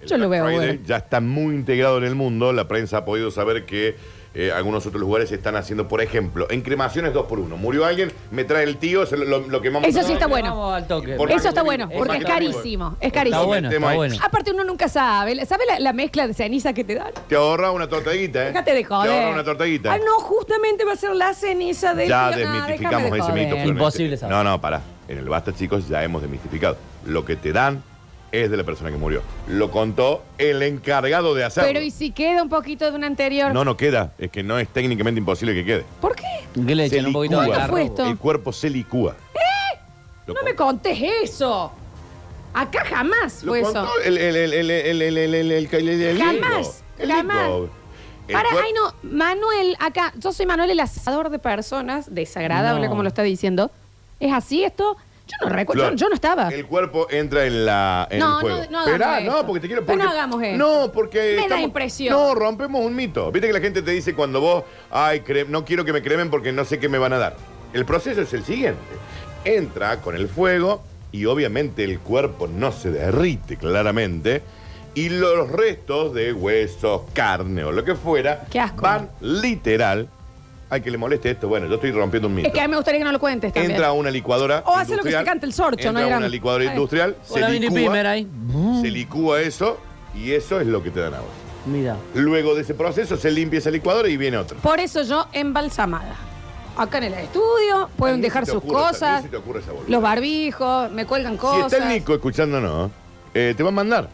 Speaker 3: El
Speaker 1: Yo lo
Speaker 3: Black
Speaker 1: veo
Speaker 3: Friday
Speaker 1: bueno.
Speaker 3: Ya está muy integrado en el mundo. La prensa ha podido saber que eh, algunos otros lugares están haciendo, por ejemplo, en cremaciones dos por uno. Murió alguien, me trae el tío, se lo, lo- lo quemamos.
Speaker 1: Eso sí está bueno.
Speaker 2: Vamos al toque.
Speaker 3: Por
Speaker 1: Eso
Speaker 3: más
Speaker 1: está
Speaker 3: que-
Speaker 1: bueno,
Speaker 3: por
Speaker 1: porque
Speaker 3: más
Speaker 1: es
Speaker 3: que-
Speaker 1: carísimo. Es
Speaker 2: Está
Speaker 1: carísimo.
Speaker 2: bueno, está bueno.
Speaker 1: Aparte uno nunca sabe. ¿Sabe la, la mezcla de ceniza que te dan?
Speaker 3: Te ahorra una tortadita, ¿eh?
Speaker 1: Déjate de joder.
Speaker 3: Te ahorra una tortadita.
Speaker 1: Ah, no, justamente va a ser la ceniza de...
Speaker 3: Ya
Speaker 1: Ah,
Speaker 3: desmitificamos
Speaker 1: déjame de
Speaker 3: ese
Speaker 1: joder.
Speaker 3: mito. Florencia.
Speaker 2: Imposible saber.
Speaker 3: No, no, pará. En el Basta, chicos, ya hemos desmitificado. Lo que te dan es de la persona que murió. Lo contó el encargado de hacerlo.
Speaker 1: Pero ¿y si queda un poquito de un anterior?
Speaker 3: No, no queda. Es que no es técnicamente imposible que quede.
Speaker 1: ¿Por qué?
Speaker 2: ¿Qué le echan un poquito de
Speaker 1: licúa.
Speaker 2: carro?
Speaker 1: fue esto?
Speaker 3: El cuerpo se licúa. Lo
Speaker 1: ¿Eh? No me
Speaker 3: contó-
Speaker 1: contés eso. Acá jamás
Speaker 3: Lo
Speaker 1: fue eso.
Speaker 3: contó el, el, el, el, el, el, el, el, el, el, el
Speaker 1: Jamás,
Speaker 3: higo. El higo.
Speaker 1: jamás.
Speaker 3: El
Speaker 1: Para,
Speaker 3: cuer-
Speaker 1: ay no, Manuel, acá, yo soy Manuel el asador de personas, desagradable
Speaker 2: No.
Speaker 1: como lo está diciendo. ¿Es así esto? Yo no recuerdo,
Speaker 3: Flor,
Speaker 1: yo, yo no estaba.
Speaker 3: El cuerpo entra en la. En
Speaker 1: No,
Speaker 3: el fuego.
Speaker 1: no, no hagamos
Speaker 3: Esperá,
Speaker 1: eso.
Speaker 3: no, porque te quiero.
Speaker 1: Pero
Speaker 3: Porque,
Speaker 1: no hagamos eso.
Speaker 3: No, porque.
Speaker 1: Me da impresión.
Speaker 3: No, rompemos un mito. Viste que la gente te dice cuando vos. Ay, cre- no quiero que me cremen porque no sé qué me van a dar. El proceso es el siguiente: entra con el fuego y obviamente el cuerpo no se derrite claramente. Y los restos de huesos, carne o lo que fuera
Speaker 1: Qué asco.
Speaker 3: van literal. Ay, que le moleste esto. Bueno, yo estoy rompiendo un mito.
Speaker 1: Es que a mí me gustaría que no lo cuentes también.
Speaker 3: Entra a una licuadora.
Speaker 1: O hace lo que
Speaker 3: industrial,
Speaker 1: se cante el sorcho,
Speaker 3: entra
Speaker 1: no
Speaker 3: a
Speaker 1: hay
Speaker 3: una
Speaker 1: drama.
Speaker 3: licuadora
Speaker 1: Ay.
Speaker 3: industrial, se
Speaker 2: Hola, Mini Primer
Speaker 3: licúa, Mm.
Speaker 2: ahí.
Speaker 3: se licúa eso y eso es lo que te dan a vos.
Speaker 2: Mira.
Speaker 3: Luego de ese proceso se limpia esa licuadora y viene otra.
Speaker 1: Por eso yo embalsamada. Acá en el estudio pueden
Speaker 3: Ni
Speaker 1: dejar
Speaker 3: se te
Speaker 1: sus
Speaker 3: ocurra,
Speaker 1: cosas,
Speaker 3: ni se te ocurra esa boludez.
Speaker 1: los barbijos, me cuelgan
Speaker 3: Si
Speaker 1: cosas.
Speaker 3: está el Nico escuchándonos, eh, te va a mandar.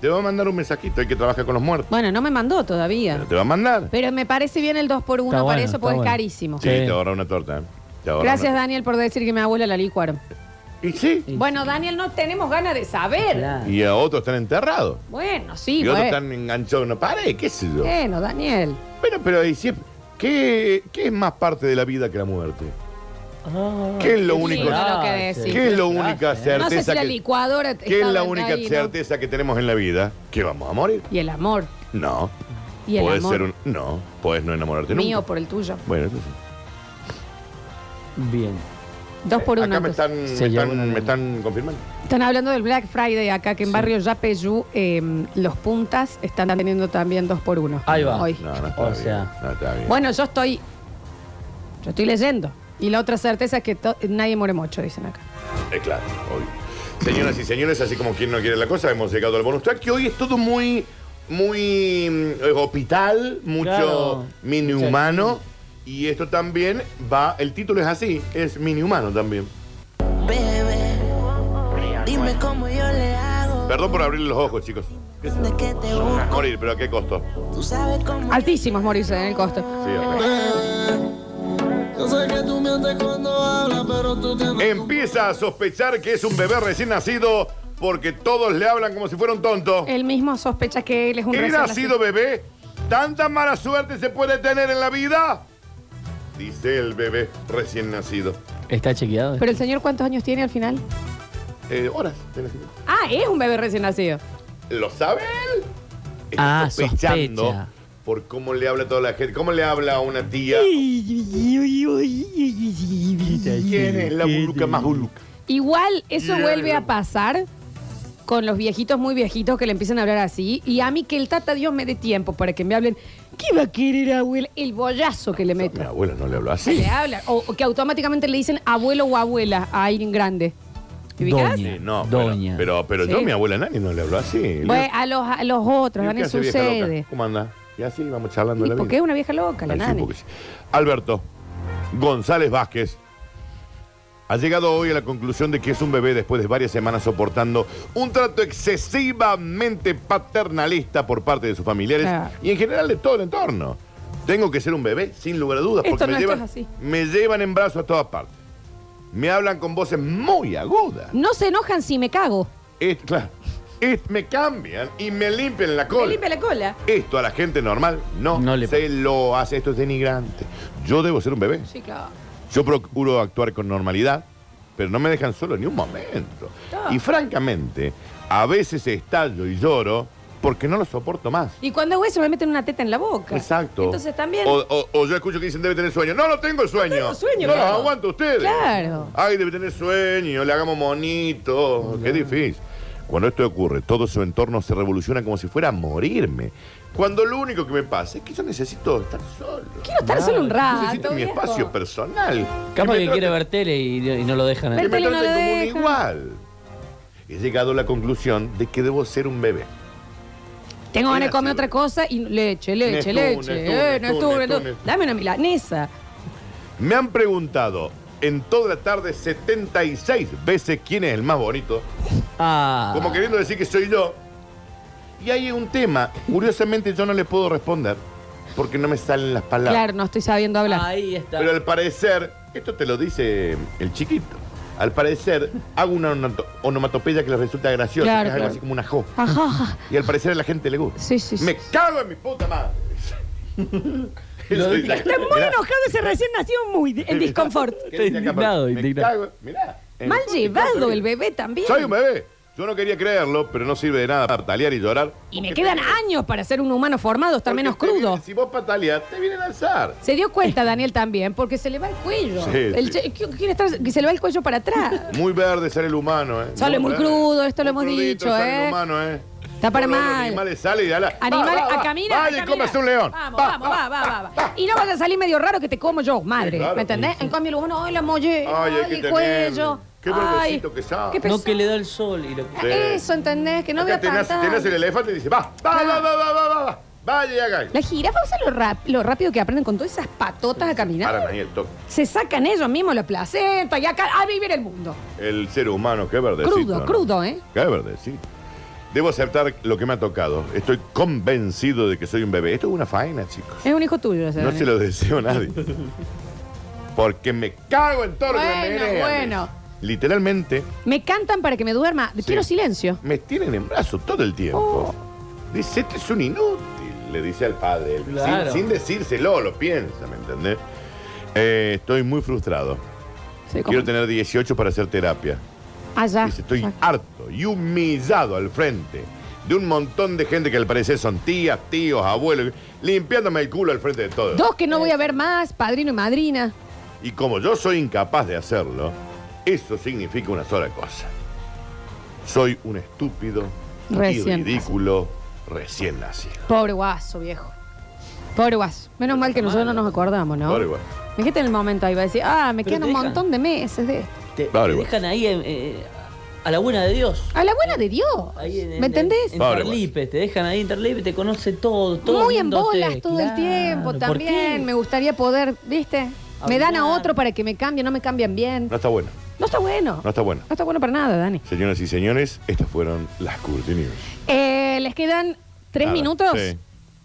Speaker 3: Te va a mandar un mensajito, el que trabaja con los muertos.
Speaker 1: Bueno, no me mandó todavía.
Speaker 3: Pero te va a mandar.
Speaker 1: Pero me parece bien el 2x1 para
Speaker 2: Está bueno,
Speaker 1: eso,
Speaker 2: está
Speaker 1: porque es
Speaker 2: bueno.
Speaker 1: carísimo.
Speaker 3: Sí,
Speaker 2: Sí.
Speaker 3: te ahorra una torta. ¿eh? Te ahorra
Speaker 1: Gracias,
Speaker 3: una-
Speaker 1: Daniel, por decir que mi abuela la licuaron.
Speaker 3: Y sí.
Speaker 1: Bueno, Daniel, no tenemos ganas de saber.
Speaker 2: Claro.
Speaker 3: Y a otros están enterrados.
Speaker 1: Bueno, sí, pues.
Speaker 3: Y otros
Speaker 1: bueno.
Speaker 3: están enganchados en una pared, qué sé yo.
Speaker 1: Bueno, Daniel.
Speaker 3: Bueno, pero ahí siempre. ¿Qué, ¿Qué es más parte de la vida que la muerte? ¿Qué es lo
Speaker 1: Sí,
Speaker 3: único?
Speaker 1: no lo que decís.
Speaker 3: ¿Qué es lo única
Speaker 1: No sé si
Speaker 3: certeza?
Speaker 1: la
Speaker 3: que,
Speaker 1: licuadora.
Speaker 3: ¿Qué es
Speaker 1: estaba
Speaker 3: la única
Speaker 1: ahí, ¿no?
Speaker 3: certeza que tenemos en la vida? ¿Que vamos a morir?
Speaker 1: Y el amor.
Speaker 3: No.
Speaker 1: Y el
Speaker 3: Podés
Speaker 1: amor
Speaker 3: ser un. No. Puedes no enamorarte nunca.
Speaker 1: mío por el tuyo.
Speaker 3: Bueno, eso sí.
Speaker 2: Bien.
Speaker 1: Dos por uno.
Speaker 3: Acá me
Speaker 1: entonces.
Speaker 3: están, me
Speaker 2: Se
Speaker 3: están,
Speaker 2: llama-
Speaker 3: me están confirmando.
Speaker 1: Están hablando del Black Friday acá, que en barrio Yapeyú eh, los puntas están teniendo también dos por uno.
Speaker 2: Ahí va.
Speaker 1: Hoy.
Speaker 3: No, no está
Speaker 2: O
Speaker 3: bien.
Speaker 2: sea.
Speaker 3: No está bien.
Speaker 1: Bueno, yo estoy. Yo estoy leyendo. Y la otra certeza es que to- nadie muere mucho, dicen acá.
Speaker 3: Eh, claro, obvio. Señoras y señores, así como quien no quiere la cosa, hemos llegado al bonus track, que hoy es todo muy, muy mm, eh, hospital, mucho
Speaker 2: Claro.
Speaker 3: mini humano. Y esto también va, el título es así, es mini humano también.
Speaker 6: Bebé, dime cómo yo le hago.
Speaker 3: Perdón por abrirle los ojos, chicos.
Speaker 6: ¿Dónde es que te busco?
Speaker 3: Morir, pero ¿a qué costo?
Speaker 6: Tú sabes cómo.
Speaker 1: Altísimos morirse en el costo.
Speaker 3: Sí, ok.
Speaker 7: Eh, Yo sé que tú mientes cuando hablas, pero tú tienes.
Speaker 3: Empieza a sospechar que es un bebé recién nacido porque todos le hablan como si fuera un tonto.
Speaker 1: Él mismo sospecha que él es un
Speaker 3: ¿He
Speaker 1: recién
Speaker 3: nacido bebé? ¿Tanta mala suerte se puede tener en la vida? Dice el bebé recién nacido.
Speaker 2: Está chequeado.
Speaker 1: Pero el señor, ¿cuántos años tiene al final?
Speaker 3: Eh, horas de nacimiento.
Speaker 1: Ah, es un bebé recién nacido.
Speaker 3: ¿Lo sabe él? Está
Speaker 2: Ah,
Speaker 3: sospechando
Speaker 2: sospecha.
Speaker 3: por cómo le habla toda la gente. ¿Cómo le habla a una tía? ¿Quién es la buluca más buluca?
Speaker 1: Igual eso vuelve a pasar con los viejitos muy viejitos que le empiezan a hablar así. Y a mí que el tata Dios me dé tiempo para que me hablen. ¿Qué va a querer abuela? El bollazo que le
Speaker 3: Mi
Speaker 1: meto.
Speaker 3: abuela no le habló
Speaker 1: Que
Speaker 3: así.
Speaker 1: le hablan. O, o que automáticamente le dicen abuelo o abuela a Irene Grande. ¿Te ubicás?
Speaker 2: Doña.
Speaker 3: Sí, no,
Speaker 2: Ah, Doña.
Speaker 3: Pero, pero, pero
Speaker 1: Sí.
Speaker 3: yo a mi abuela Nani no le habló así.
Speaker 1: Bueno, Pues a los, a los otros,
Speaker 3: ¿Qué
Speaker 1: Dani,
Speaker 3: hace vieja loca?
Speaker 1: sucede.
Speaker 3: ¿Cómo anda? Y así vamos charlando
Speaker 1: ¿Y
Speaker 3: la
Speaker 1: por
Speaker 3: vida.
Speaker 1: qué es una vieja loca, la
Speaker 3: Ay, sí,
Speaker 1: nani?
Speaker 3: porque sí. Alberto González Vázquez ha llegado hoy a la conclusión de que es un bebé después de varias semanas soportando un trato excesivamente paternalista por parte de sus familiares
Speaker 1: Claro.
Speaker 3: y en general de todo el entorno. Tengo que ser un bebé, sin lugar a dudas,
Speaker 1: Esto
Speaker 3: porque
Speaker 1: no,
Speaker 3: me,
Speaker 1: esto
Speaker 3: llevan,
Speaker 1: es así.
Speaker 3: me llevan en brazos a todas partes. Me hablan con voces muy agudas.
Speaker 1: No se enojan si me cago.
Speaker 3: Es- claro, es- me cambian y me limpian la cola.
Speaker 1: Me limpia la cola.
Speaker 3: Esto a la gente normal no,
Speaker 2: No le
Speaker 3: se lo hace. Esto es denigrante. Yo debo ser un bebé.
Speaker 1: Sí, claro.
Speaker 3: Yo procuro actuar con normalidad, pero no me dejan solo ni un momento. Y francamente, a veces estallo y lloro porque no lo soporto más.
Speaker 1: Y cuando hago eso me meten una teta en la boca.
Speaker 3: Exacto.
Speaker 1: Entonces también.
Speaker 3: O, o- o yo escucho que dicen debe tener sueño. No, no tengo el sueño.
Speaker 1: tengo sueño,
Speaker 3: No
Speaker 1: claro.
Speaker 3: los aguanto a ustedes.
Speaker 1: Claro.
Speaker 3: Ay, debe tener sueño, le hagamos monito. Qué difícil. Cuando esto ocurre, todo su entorno se revoluciona como si fuera a morirme. Cuando lo único que me pasa es que yo necesito estar solo.
Speaker 1: Quiero estar solo un rato.
Speaker 3: necesito mi
Speaker 1: viejo.
Speaker 3: espacio personal.
Speaker 2: Capaz
Speaker 3: me
Speaker 2: que
Speaker 3: traten-
Speaker 2: quiere ver tele y, y no lo dejan.
Speaker 3: que
Speaker 1: Ver
Speaker 2: ahí.
Speaker 3: me
Speaker 1: tele no
Speaker 3: traten
Speaker 1: lo
Speaker 3: como un
Speaker 1: dejan.
Speaker 3: igual. He llegado a la conclusión de que debo ser un bebé.
Speaker 1: Tengo ganas de
Speaker 3: Era
Speaker 1: comer
Speaker 3: así.
Speaker 1: otra cosa y leche, leche,
Speaker 3: Neptune,
Speaker 1: leche.
Speaker 3: Neptune,
Speaker 1: eh, Neptune,
Speaker 3: Neptune,
Speaker 1: Neptune.
Speaker 3: Neptune.
Speaker 1: Dame una milanesa.
Speaker 3: Me han preguntado en toda la tarde 76 veces quién es el más bonito.
Speaker 2: Ah.
Speaker 3: Como queriendo decir que soy yo. Y hay un tema, curiosamente yo no le puedo responder porque no me salen las palabras.
Speaker 1: Claro, no estoy sabiendo hablar.
Speaker 2: Ahí está.
Speaker 3: Pero al parecer, esto te lo dice el chiquito. Al parecer, hago una onato- onomatopeya que les resulta graciosa,
Speaker 1: Claro,
Speaker 3: que es algo
Speaker 1: claro.
Speaker 3: así como una jo.
Speaker 1: Ajá, ajá.
Speaker 3: Y al parecer a la gente le gusta.
Speaker 1: Sí, sí, sí.
Speaker 3: Me cago en mi puta madre.
Speaker 1: Está muy enojado ese recién nacido, muy de- en disconfort.
Speaker 2: Está indignado, indignado.
Speaker 3: Mirá. en-
Speaker 1: Mal llevado el bebé también.
Speaker 3: Soy un bebé. Yo no quería creerlo, pero no sirve de nada patalear y llorar.
Speaker 1: Y me
Speaker 3: Porque
Speaker 1: quedan
Speaker 3: te-
Speaker 1: años para ser un humano formado, estar
Speaker 3: porque
Speaker 1: menos
Speaker 3: te vienen-
Speaker 1: crudo.
Speaker 3: si vos pataleás, te vienen a alzar.
Speaker 1: Se dio cuenta Daniel también, porque se le va el cuello.
Speaker 3: Sí,
Speaker 1: El
Speaker 3: sí.
Speaker 1: che- ¿qué- quiere estar, que se le va el cuello para atrás.
Speaker 3: Muy verde sale el humano, ¿eh?
Speaker 1: Sale muy
Speaker 3: verde.
Speaker 1: crudo, esto lo
Speaker 3: Muy
Speaker 1: hemos
Speaker 3: crudito
Speaker 1: dicho,
Speaker 3: sale
Speaker 1: ¿eh?
Speaker 3: el humano, ¿eh?
Speaker 1: Está para
Speaker 3: Todos los
Speaker 1: mal.
Speaker 3: animales sale y dale.
Speaker 1: Animal,
Speaker 3: Va, va,
Speaker 1: a
Speaker 3: va.
Speaker 1: caminar. a
Speaker 3: Vaya y
Speaker 1: caminar.
Speaker 3: cómese un león.
Speaker 1: Vamos,
Speaker 3: Va,
Speaker 1: vamos,
Speaker 3: va.
Speaker 1: va, va, va, va. Y no vas a salir medio raro que te como yo, madre.
Speaker 3: Sí, claro.
Speaker 1: ¿Me entendés? En cambio, uno, ay, la molle, ay,
Speaker 3: Ay, hay que
Speaker 1: el
Speaker 3: tener-
Speaker 1: cuello.
Speaker 3: qué
Speaker 1: ay,
Speaker 3: verdecito que sabe.
Speaker 1: qué pesado.
Speaker 2: No que le da el sol y lo
Speaker 3: Sí.
Speaker 1: Eso, ¿entendés? Que no
Speaker 3: Acá
Speaker 1: vea
Speaker 3: te nace,
Speaker 1: tanta.
Speaker 3: te nace el elefante y dice, va, va,
Speaker 1: Claro.
Speaker 3: va, va, va, va, va, va. Vaya y haga.
Speaker 1: La jirafa usa lo, rap- lo rápido que aprenden con todas esas patotas a
Speaker 3: Para
Speaker 1: caminar.
Speaker 3: Daniel, toque.
Speaker 1: Se sacan ellos mismos la placenta y acá a vivir el mundo.
Speaker 3: El ser humano, qué verdecito.
Speaker 1: Crudo, crudo, ¿eh?
Speaker 3: Qué verdecito. Debo aceptar lo que me ha tocado. Estoy convencido de que soy un bebé. Esto es una faena, chicos.
Speaker 1: Es un hijo tuyo ese. ¿eh?
Speaker 3: No
Speaker 1: Daniel.
Speaker 3: se lo deseo a nadie. Porque me cago en todo lo que me
Speaker 1: Bueno,
Speaker 3: menean.
Speaker 1: bueno.
Speaker 3: Literalmente,
Speaker 1: Me cantan para que me duerma. Quiero silencio.
Speaker 3: me tienen en brazos todo el
Speaker 1: Oh.
Speaker 3: tiempo. Dice, este es un inútil, le dice al padre. Sin-
Speaker 2: Claro.
Speaker 3: Sin, decírselo, lo piensa, ¿me entendés? Eh, estoy muy frustrado.
Speaker 1: Sí, como-
Speaker 3: Quiero tener 18 para hacer terapia.
Speaker 1: Allá.
Speaker 3: Dice, estoy
Speaker 1: Ah, Exacto.
Speaker 3: harto y humillado al frente de un montón de gente que al parecer son tías, tíos, abuelos, limpiándome el culo al frente de todos.
Speaker 1: Dos que no voy a ver más, padrino y madrina.
Speaker 3: Y como yo soy incapaz de hacerlo, eso significa una sola cosa. Soy un estúpido
Speaker 1: Recién
Speaker 3: y ridículo recién nacido.
Speaker 1: Pobre guaso, viejo. Pobre guaso. Menos mal que nosotros no nos acordamos, ¿no?
Speaker 3: Pobre guaso.
Speaker 1: Me quedé en el momento ahí, va a decir, ah, me
Speaker 2: Pero
Speaker 1: quedan
Speaker 2: te
Speaker 1: un
Speaker 2: dejan.
Speaker 1: montón de meses de...
Speaker 2: Te, te
Speaker 3: Pobre
Speaker 2: dejan ahí en, eh, a la buena de Dios.
Speaker 1: A la buena de Dios.
Speaker 2: Ahí en- en-
Speaker 1: ¿Me entendés?
Speaker 2: En
Speaker 3: Pobre
Speaker 2: Tarlipe, te dejan ahí en Tarlipe, te conoce todo, todo.
Speaker 1: Muy en
Speaker 2: viéndote,
Speaker 1: bolas todo el
Speaker 2: claro.
Speaker 1: tiempo
Speaker 2: ¿Por
Speaker 1: también.
Speaker 2: qué?
Speaker 1: Me gustaría poder, ¿viste? Me dan a
Speaker 2: Hablar.
Speaker 1: otro para que me cambie, no me cambian bien.
Speaker 3: No está bueno,
Speaker 1: No está bueno.
Speaker 3: no está bueno.
Speaker 1: No está bueno para nada, Dani.
Speaker 3: Señoras y señores, estas fueron las Curti News.
Speaker 1: Eh, Les quedan tres
Speaker 3: Nada,
Speaker 1: minutos.
Speaker 3: Sí.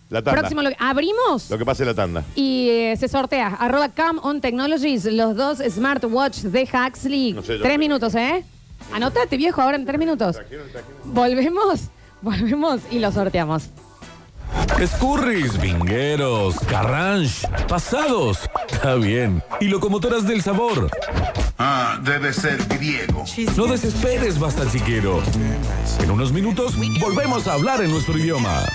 Speaker 3: La tanda.
Speaker 1: Próximo lo- abrimos
Speaker 3: Lo que pasa es la tanda.
Speaker 1: y eh, se sortea arroba cam on technologies los dos smartwatch de Huxley.
Speaker 3: No sé, yo-
Speaker 1: tres minutos, ¿eh? Anotate, viejo, ahora en tres minutos. Volvemos, volvemos y lo sorteamos.
Speaker 4: Escurris, vingueros, carranche, pasados. Está bien. Y locomotoras del sabor.
Speaker 8: Ah, debe ser griego.
Speaker 4: No desesperes, basta chiquero. En unos minutos volvemos a hablar en nuestro idioma.